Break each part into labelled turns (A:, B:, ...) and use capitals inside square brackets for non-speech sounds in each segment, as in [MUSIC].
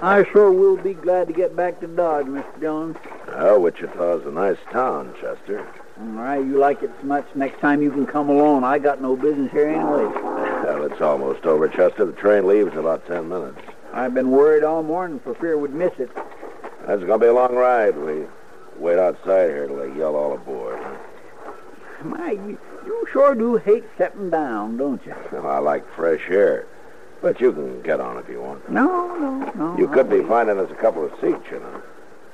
A: I sure will be glad to get back to Dodge, Mr. Dillon.
B: Oh, Wichita's a nice town, Chester.
A: All right, you like it so much. Next time you can come alone. I got no business here anyway.
B: Well, it's almost over, Chester. The train leaves in about ten minutes.
A: I've been worried all morning for fear we'd miss it.
B: That's going to be a long ride. We wait outside here till they yell all aboard.
A: My, you, you sure do hate stepping down, don't you?
B: Well, I like fresh air, but you can get on if you want.
A: No, no, no.
B: You could be
A: I'll-
B: finding us a couple of seats, you know.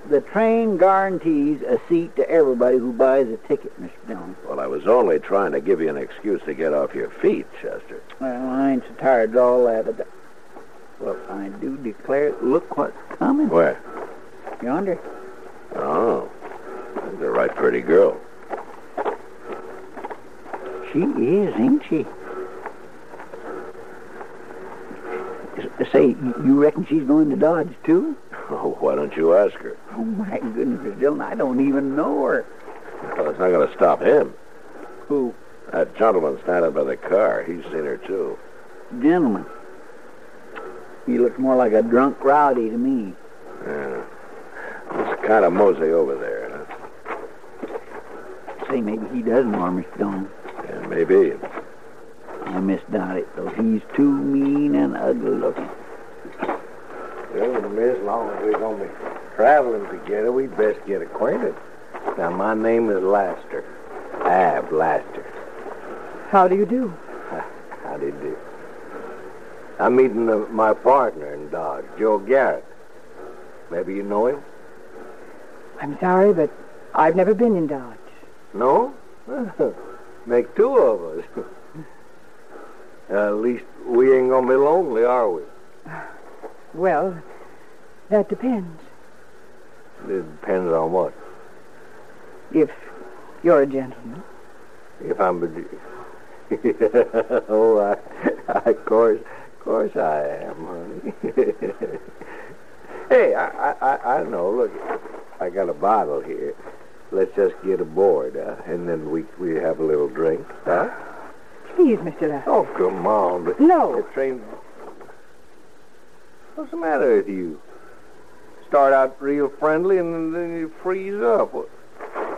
A: The train guarantees a seat to everybody who buys a ticket, Mr. Dillon.
B: Well, I was only trying to give you an excuse to get off your feet, Chester.
A: Well, I ain't so tired as all that. But well, I do declare, look what's coming
B: Where?
A: yonder.
B: Oh, that's a right pretty girl.
A: She is, ain't she? S- Say, y- you reckon she's going to Dodge, too?
B: Oh, why don't you ask her?
A: Oh, my goodness, Mr. Dillon, I don't even know her.
B: Well, it's not going to stop him.
A: Who?
B: That gentleman standing by the car, he's seen her, too.
A: Gentleman. He looks more like a drunk rowdy to me.
B: Yeah. It's kind of mosey over there. Huh?
A: Say, maybe he does know her, Mr. Dillon.
B: Yeah, maybe.
A: I misdoubt it, though. He's too mean and ugly looking.
C: Well, miss, as long as we're going to be traveling together, we'd best get acquainted. Now, my name is Laster. Ab Laster.
A: How do you do?
C: How do you do? I'm meeting the, my partner in Dodge, Joe Garrett. Maybe you know him?
D: I'm sorry, but I've never been in Dodge.
C: No? [LAUGHS] Make two of us. [LAUGHS] At least we ain't going to be lonely, are we?
D: Well, that depends.
C: It depends on what.
D: If you're a gentleman.
C: If I'm a... [LAUGHS] oh, I, I, of course, of course I am, honey. [LAUGHS] hey, I, I- I, I know. Look, I got a bottle here. Let's just get aboard, uh, and then we we have a little drink. Huh?
D: Please, Mr. Lester.
C: Oh, come on. The,
D: No.
C: The train... What's the matter with you? Start out real friendly, and then you freeze up.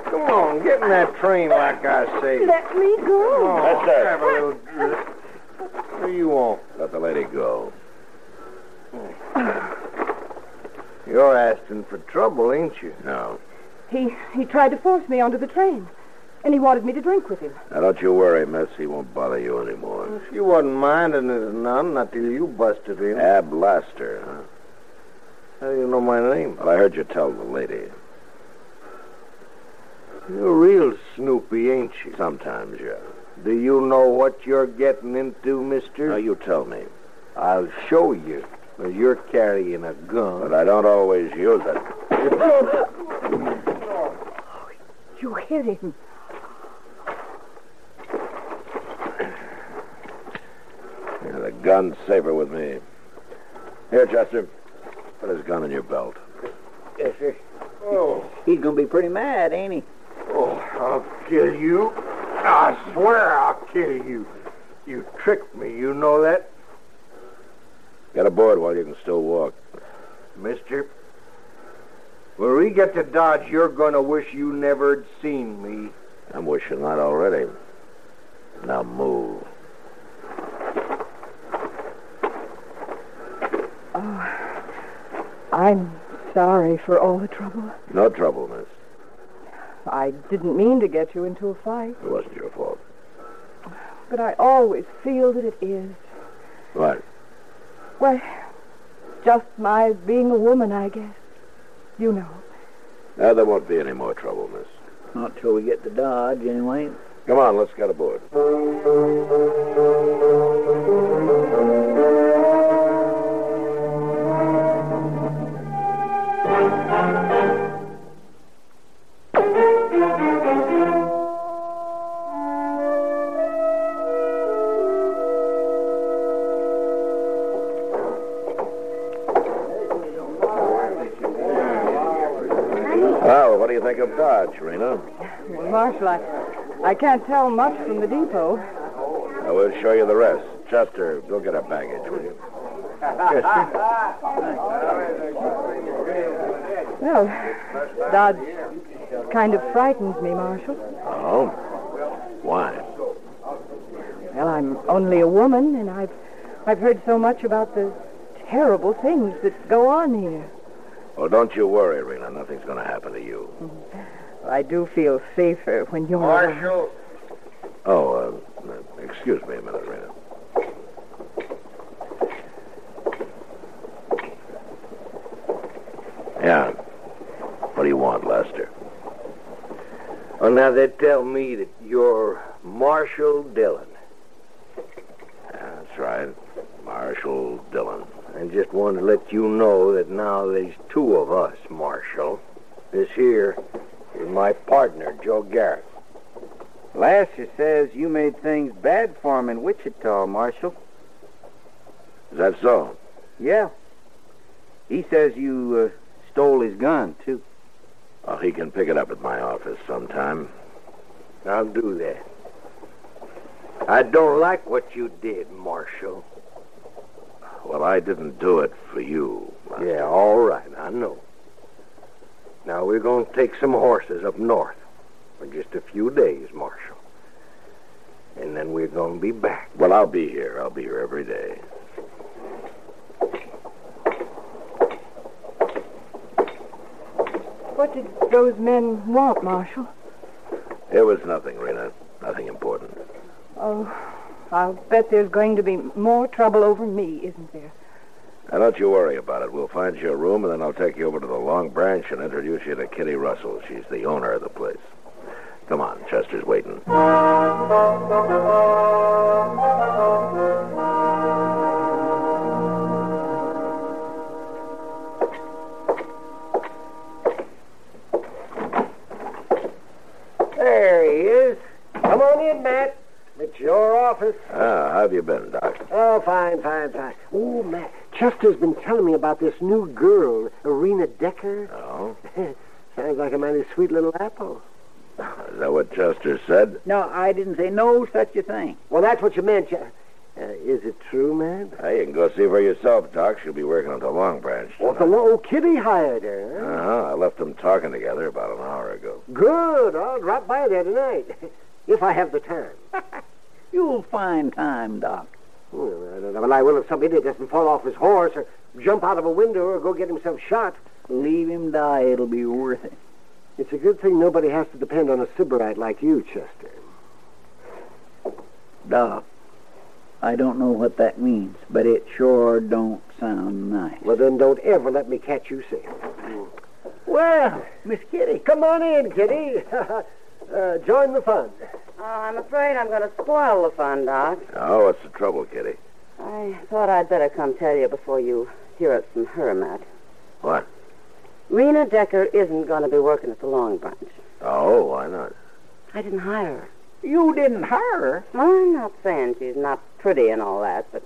C: Come on, get in that train like I say.
D: Let me go.
C: Oh,
B: Yes, sir.
C: Have a little drink. What do you want?
B: Let the lady go.
C: You're asking for trouble, ain't you?
B: No.
D: He he tried to force me onto the train, and he wanted me to drink with him.
B: Now, don't you worry, miss. He won't bother you anymore.
C: She wasn't minding it none until you busted in.
B: Ab Laster, Ah, huh?
C: How do you know my name?
B: Well, I heard you tell the lady.
C: You're real snoopy, ain't you?
B: Sometimes, yeah.
C: Do you know what you're getting into, mister?
B: Now, you tell me.
C: I'll show you. Well, you're carrying a
B: But
C: gun.
B: I don't always use it.
D: You hit him.
B: Yeah, the gun's safer with me. Here, Chester. Put his gun in your belt.
A: Yes, sir.
C: Oh,
A: He's going to be pretty mad, ain't he?
C: oh, I'll kill you. I swear I'll kill you. You tricked me, you know that? Get aboard while you can still walk.
E: Mister, when we get to Dodge, you're going to wish you never'd seen me.
C: I'm wishing that already. Now move.
D: I'm sorry for all the trouble.
C: No trouble, miss.
D: I didn't mean to get you into a fight,
C: It wasn't your fault.
D: but I always feel that it is.
C: What?
D: Well, just my being a woman, I guess. You know.
C: Now, there won't be any more trouble, miss.
A: Not till we get to Dodge, anyway.
C: Come on, let's get aboard. Well, what do you think of Dodge, Rena?
D: Well, Marshal, I, I can't tell much from the depot.
C: I will show you the rest. Chester, go get a baggage, will you?
D: Well, Dodge kind of frightens me, Marshal.
C: Oh? Why?
D: Well, I'm only a woman, and I've I've heard so much about the terrible things that go on here.
C: Oh, don't you worry, Rena. Nothing's going to happen to you.
D: I do feel safer when you're.
E: Marshal,
C: Oh, uh, uh, excuse me a minute, Rena. Yeah. What do you want, Lester?
E: well, now they tell me that you're Marshal Dillon.
C: That's right. Marshal Dillon.
E: I just wanted to let you know that now there's two of us, Marshal. This here is my partner, Joe Garrett.
A: Lasher says you made things bad for him in Wichita, Marshal.
C: Is that so?
A: Yeah. He says you uh, stole his gun, too.
C: Well, he can pick it up at my office sometime.
E: I'll do that. I don't like what you did, Marshal.
C: Well, I didn't do it for you. Lester.
E: Yeah, all right, I know. Now we're going to take some horses up north for just a few days, Marshal. And then we're going to be back.
C: Well, I'll be here. I'll be here every day.
D: What did those men want, Marshal?
C: It was nothing, Rena. Nothing important.
D: Oh, I'll bet there's going to be more trouble over me, isn't there?
C: Now, don't you worry about it. We'll find you a room, and then I'll take you over to the Long Branch and introduce you to Kitty Russell. She's the owner of the place. Come on, Chester's waiting.
E: There he is. Come on in, Matt. It's your office.
C: Ah, how have you been, Doc?
F: Oh, fine, fine, fine. Oh, Matt, Chester's been telling me about this new girl, Arena Decker.
C: Oh,
F: Sounds like a mighty sweet little apple.
C: is that what Chester said?
A: No, I didn't say no such a thing.
F: Well, that's what you meant. Ch- Uh, is it true, Matt?
C: Hey, you can go see for yourself, Doc. She'll be working at the Long Branch.
F: Well, the little kitty hired her. huh?
C: Uh-huh. I left them talking together about an hour ago.
F: Good. I'll drop by there tonight, [LAUGHS] if I have the time.
A: You'll find time, Doc.
F: Well, I don't know, but I will if some idiot doesn't fall off his horse or jump out of a window or go get himself shot.
A: Leave him die. It'll be worth it.
F: It's a good thing nobody has to depend on a sybarite like you, Chester.
A: Doc, I don't know what that means, but it sure don't sound nice.
F: Well, then don't ever let me catch you safe.
A: Well, Miss Kitty.
F: Come on in, Kitty. [LAUGHS] uh, join the fun.
G: Oh, I'm afraid I'm going to spoil the fun, Doc.
C: Oh, what's the trouble, Kitty?
G: I thought I'd better come tell you before you hear it from her, Matt.
C: What?
G: Rena Decker isn't going to be working at the Long Branch.
C: Oh, why not?
G: I didn't hire her.
A: You didn't hire her.
G: I'm not saying she's not pretty and all that, but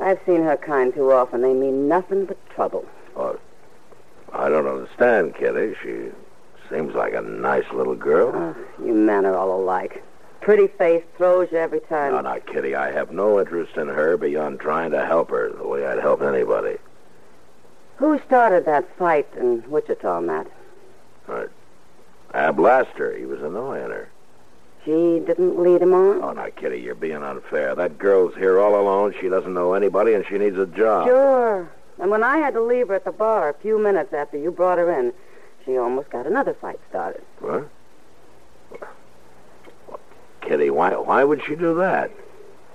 G: I've seen her kind too often. They mean nothing but trouble.
C: I don't understand, Kitty. She seems like a nice little girl.
G: You men are all alike. pretty face throws you every time.
C: No, no, Kitty, I have no interest in her beyond trying to help her the way I'd help anybody.
G: Who started that fight in Wichita, Matt?
C: Ab Laster, he was annoying her.
G: She didn't lead him on?
C: Oh, now, Kitty, you're being unfair. That girl's here all alone. She doesn't know anybody, and she needs a job.
G: Sure. And when I had to leave her at the bar a few minutes after you brought her in, she almost got another fight started.
C: What? Kitty, why, why would she do that?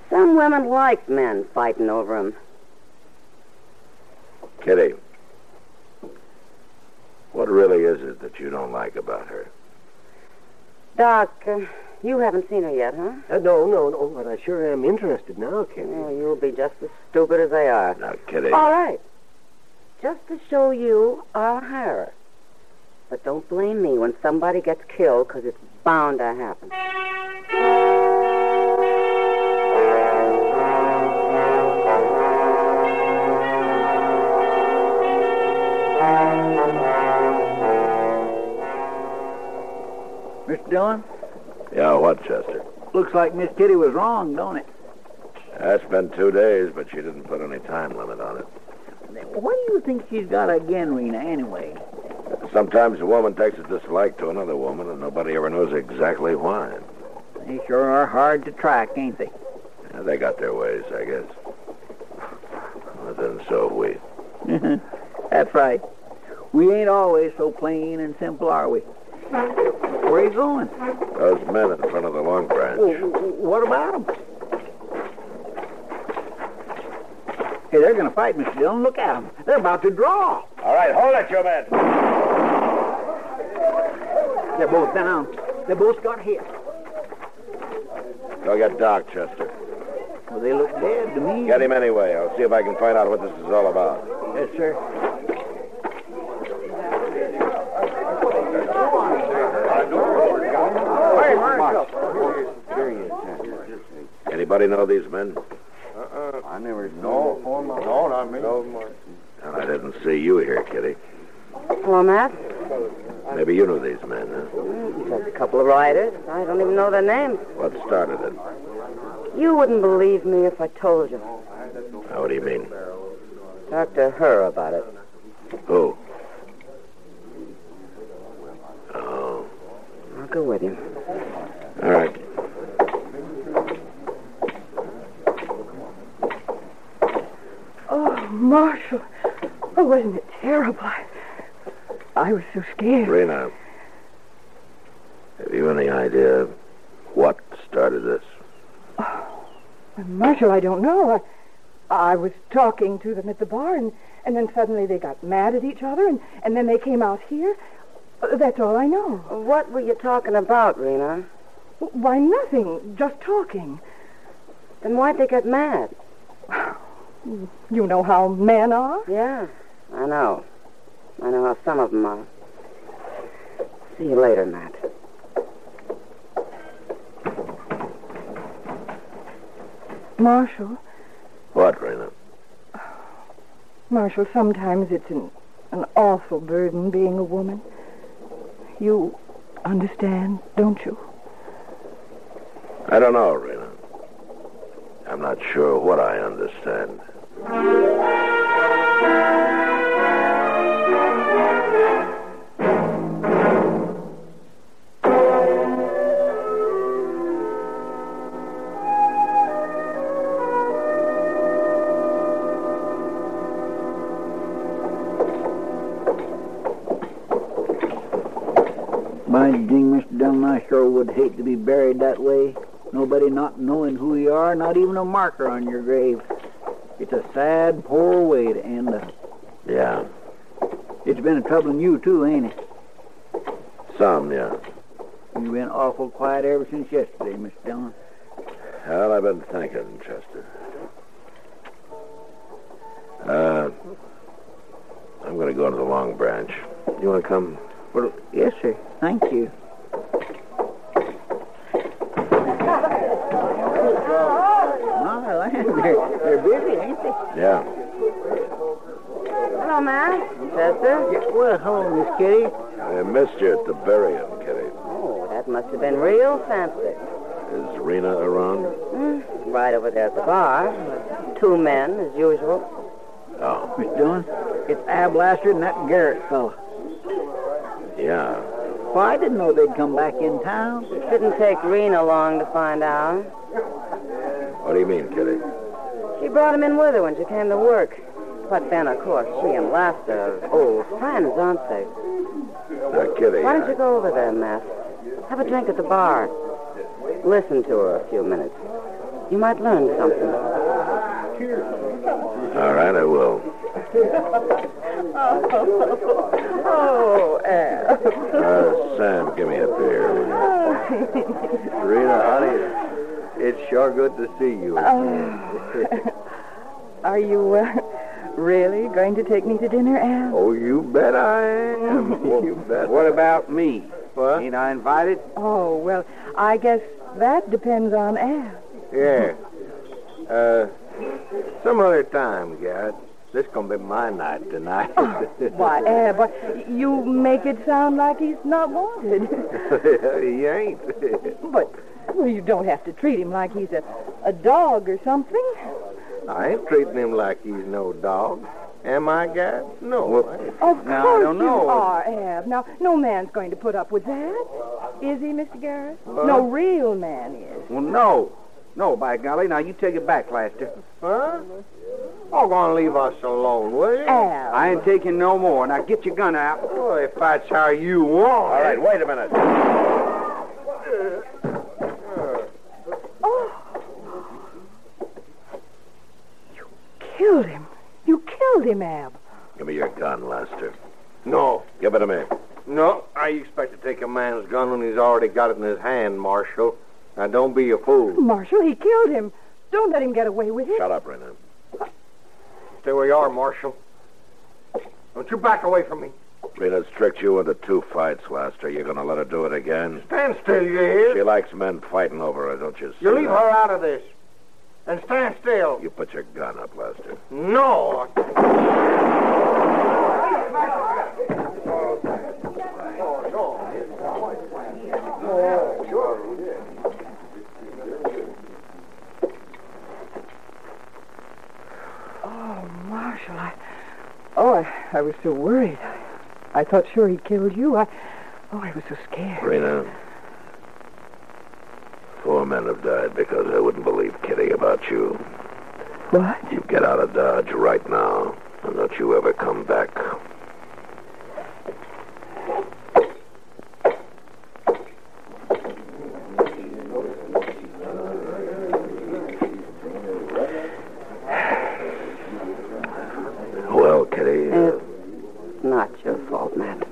G: Some women like men fighting over 'em.
C: Kitty, what really is it that you don't like about her?
G: Doc, uh, you haven't seen her yet, huh?
F: Uh, no, no, no, but I sure am interested now, Kitty.
G: Well, Oh, you'll be just as stupid as they are.
C: Now, Kitty.
G: All right. Just to show you, I'll hire her. But don't blame me when somebody gets killed, because it's bound to happen.
A: Mr. Dillon,
C: Yeah, what, Chester?
A: looks like Miss Kitty was wrong, don't it?
C: That's been two days, but she didn't put any time limit on it.
A: What do you think she's got again, Rena, anyway?
C: Sometimes a woman takes a dislike to another woman, and nobody ever knows exactly why.
A: They sure are hard to track, ain't they?
C: Yeah, they got their ways, I guess. But then so have we.
A: That's right. We ain't always so plain and simple, are we? Where you going?
C: Those men in front of the Long Branch.
A: What about 'em? Hey, they're going to fight, Mr. Dillon. Look at 'em. They're about to draw.
C: All right, hold it, you men.
A: They're both down. They both got hit.
C: Go get Doc, Chester.
A: Well, they look dead to me.
C: Get him anyway. I'll see if I can find out what this is all about.
A: Yes, sir.
C: Anybody know these men?
E: Uh-uh. I never no, no, not me. No,
C: And I didn't see you here, Kitty.
G: Hello, Matt.
C: Maybe you know these men, huh?
G: Just a couple of riders. I don't even know their names.
C: What started it?
G: You wouldn't believe me if I told you.
C: How do you mean?
G: Talk to her about it.
C: Who? Oh.
G: I'll go with you.
C: All right.
D: Oh, Marshal. Oh, wasn't it terrible? I, I was so scared.
C: Rena, have you any idea what started this?
D: Marshal, I don't know. I, I was talking to them at the bar, and, and then suddenly they got mad at each other, and, and then they came out here. Uh, That's all I know.
G: What were you talking about, Rena?
D: W- Why, nothing. Just talking.
G: Then why'd they get mad?
D: You know how men are.
G: Yeah, I know. I know how some of them are. See you later, Matt.
D: Marshal,
C: What, Rena?
D: Marshal, sometimes it's an, an awful burden being a woman. You understand, don't you?
C: I don't know, Rena. I'm not sure what I understand.
A: By jing, Mr. Dillon, I sure would hate to be buried that way. Nobody not knowing who you are, not even a marker on your grave. It's a sad, poor way to end up.
C: Yeah.
A: It's been a troubling you, too, ain't it?
C: Some, yeah.
A: You've been awful quiet ever since yesterday, Mr. Dillon.
C: Well, I've been thinking, Chester. Uh, I'm going to go to the Long Branch. You want to come?
A: Well, yes, sir. Thank you. My land, they're, they're busy, ain't they?
C: Yeah.
G: Hello, Matt. Chester?
A: Yeah, well, hello, Miss Kitty.
C: I missed you at the burying, Kitty.
G: Oh, that must have been real fancy.
C: Is Rena around?
G: Right over there at the bar. Two men, as usual.
C: Oh,
A: Miss Dillon, it's Ab Laster and that Garrett fellow.
C: yeah.
A: Well, I didn't know they'd come back in town.
G: Didn't take Rena long to find out.
C: What do you mean, Kitty?
G: She brought him in with her when she came to work. But then, of course, she and Laster are old friends, aren't they?
C: Now, Kitty.
G: Why don't
C: I-
G: you go over there, Matt? Have a drink at the bar. Listen to her a few minutes. You might learn something.
C: All right, I will.
G: Oh, Al.
C: Uh, Sam, give me a beer. will you?
E: Rena, honey, it's sure good to see you.
D: Ah. [LAUGHS] Are you uh, really going to take me to dinner, Al?
E: oh, you bet I [LAUGHS] am. you bet.
F: What about me?
E: What?
F: Ain't I invited?
D: Oh, well, I guess that depends on Al.
E: Yeah. Uh, some other time, Garrett. This gonna be my night
C: [LAUGHS]
E: tonight.
D: Why, Al, but you make it sound like he's not wanted. [LAUGHS]
E: he ain't.
D: but, well, you don't have to treat him like he's a, a dog or something.
E: I ain't treating him like he's no dog. Am I, Garrett? No. I ain't.
D: Of
F: Now, I
D: course
F: don't know.
D: you are, Ab. Now, no man's going to put up with that, is he, Mr. Garrett? no real man is.
F: Well, no. No, by golly. Now, you take it back, Laster.
E: Huh? Oh, gonna leave us alone, will you?
D: Ab.
F: I ain't taking no more. Now, get your gun out.
E: Well, if that's how you want.
C: All right, wait a minute.
D: Killed him. You killed him, Ab.
C: Give me your gun, Lester.
E: No,
C: Give it to me.
E: no. I expect to take a man's gun when he's already got it in his hand, Marshal. Now, don't be a fool.
D: Marshal, he killed him. Don't let him get away with it.
C: Shut up, Rena.
E: Stay where you are, Marshal. Don't you back away from me.
C: Rena's tricked you into two fights, Lester. You're going to let her do it again?
E: Stand still, you hear?
C: She likes men fighting over her, don't you see?
E: You leave
C: that?
E: her out of this. And stand still.
C: You put your gun up, Lester.
E: No.
D: Oh, Marshal, I... Oh, I, I was so worried. I, I thought sure he killed you. I... Oh, I was so scared.
C: Rena, four men have died because I wouldn't believe Kitty about you.
D: What?
C: You get out of Dodge right now, and don't you ever come back. Well, Kitty. uh,
G: It's not your fault, Matt.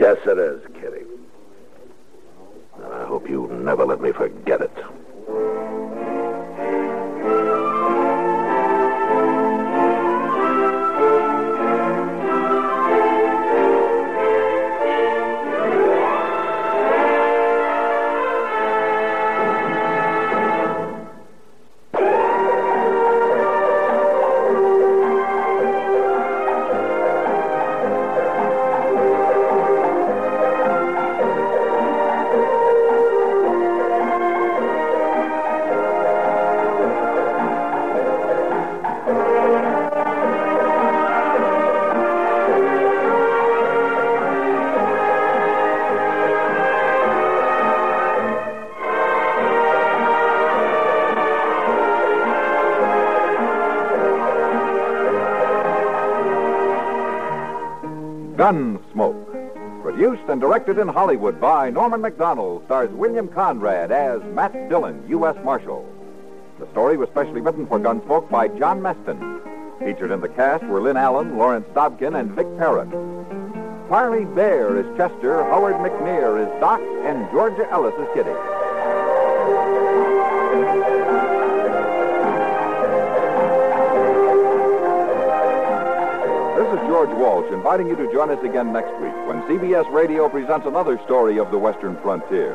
C: yes, it is, Kitty. And I hope you never let me forget it.
B: Gunsmoke. Produced and directed in Hollywood by Norman McDonald, stars William Conrad as Matt Dillon, U.S. Marshal. The story was specially written for Gunsmoke by John Meston. Featured in the cast were Lynn Allen, Lawrence Dobkin, and Vic Perrin. Parley Bear is Chester, Howard McNear is Doc, and Georgia Ellis is Kitty. This is George Walsh inviting you to join us again next week when CBS Radio presents another story of the Western frontier.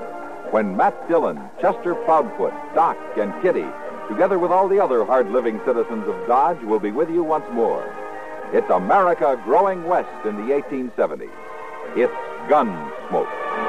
B: When Matt Dillon, Chester Proudfoot, Doc, and Kitty, together with all the other hard living citizens of Dodge, will be with you once more. It's America growing west in the 1870s. It's Gunsmoke.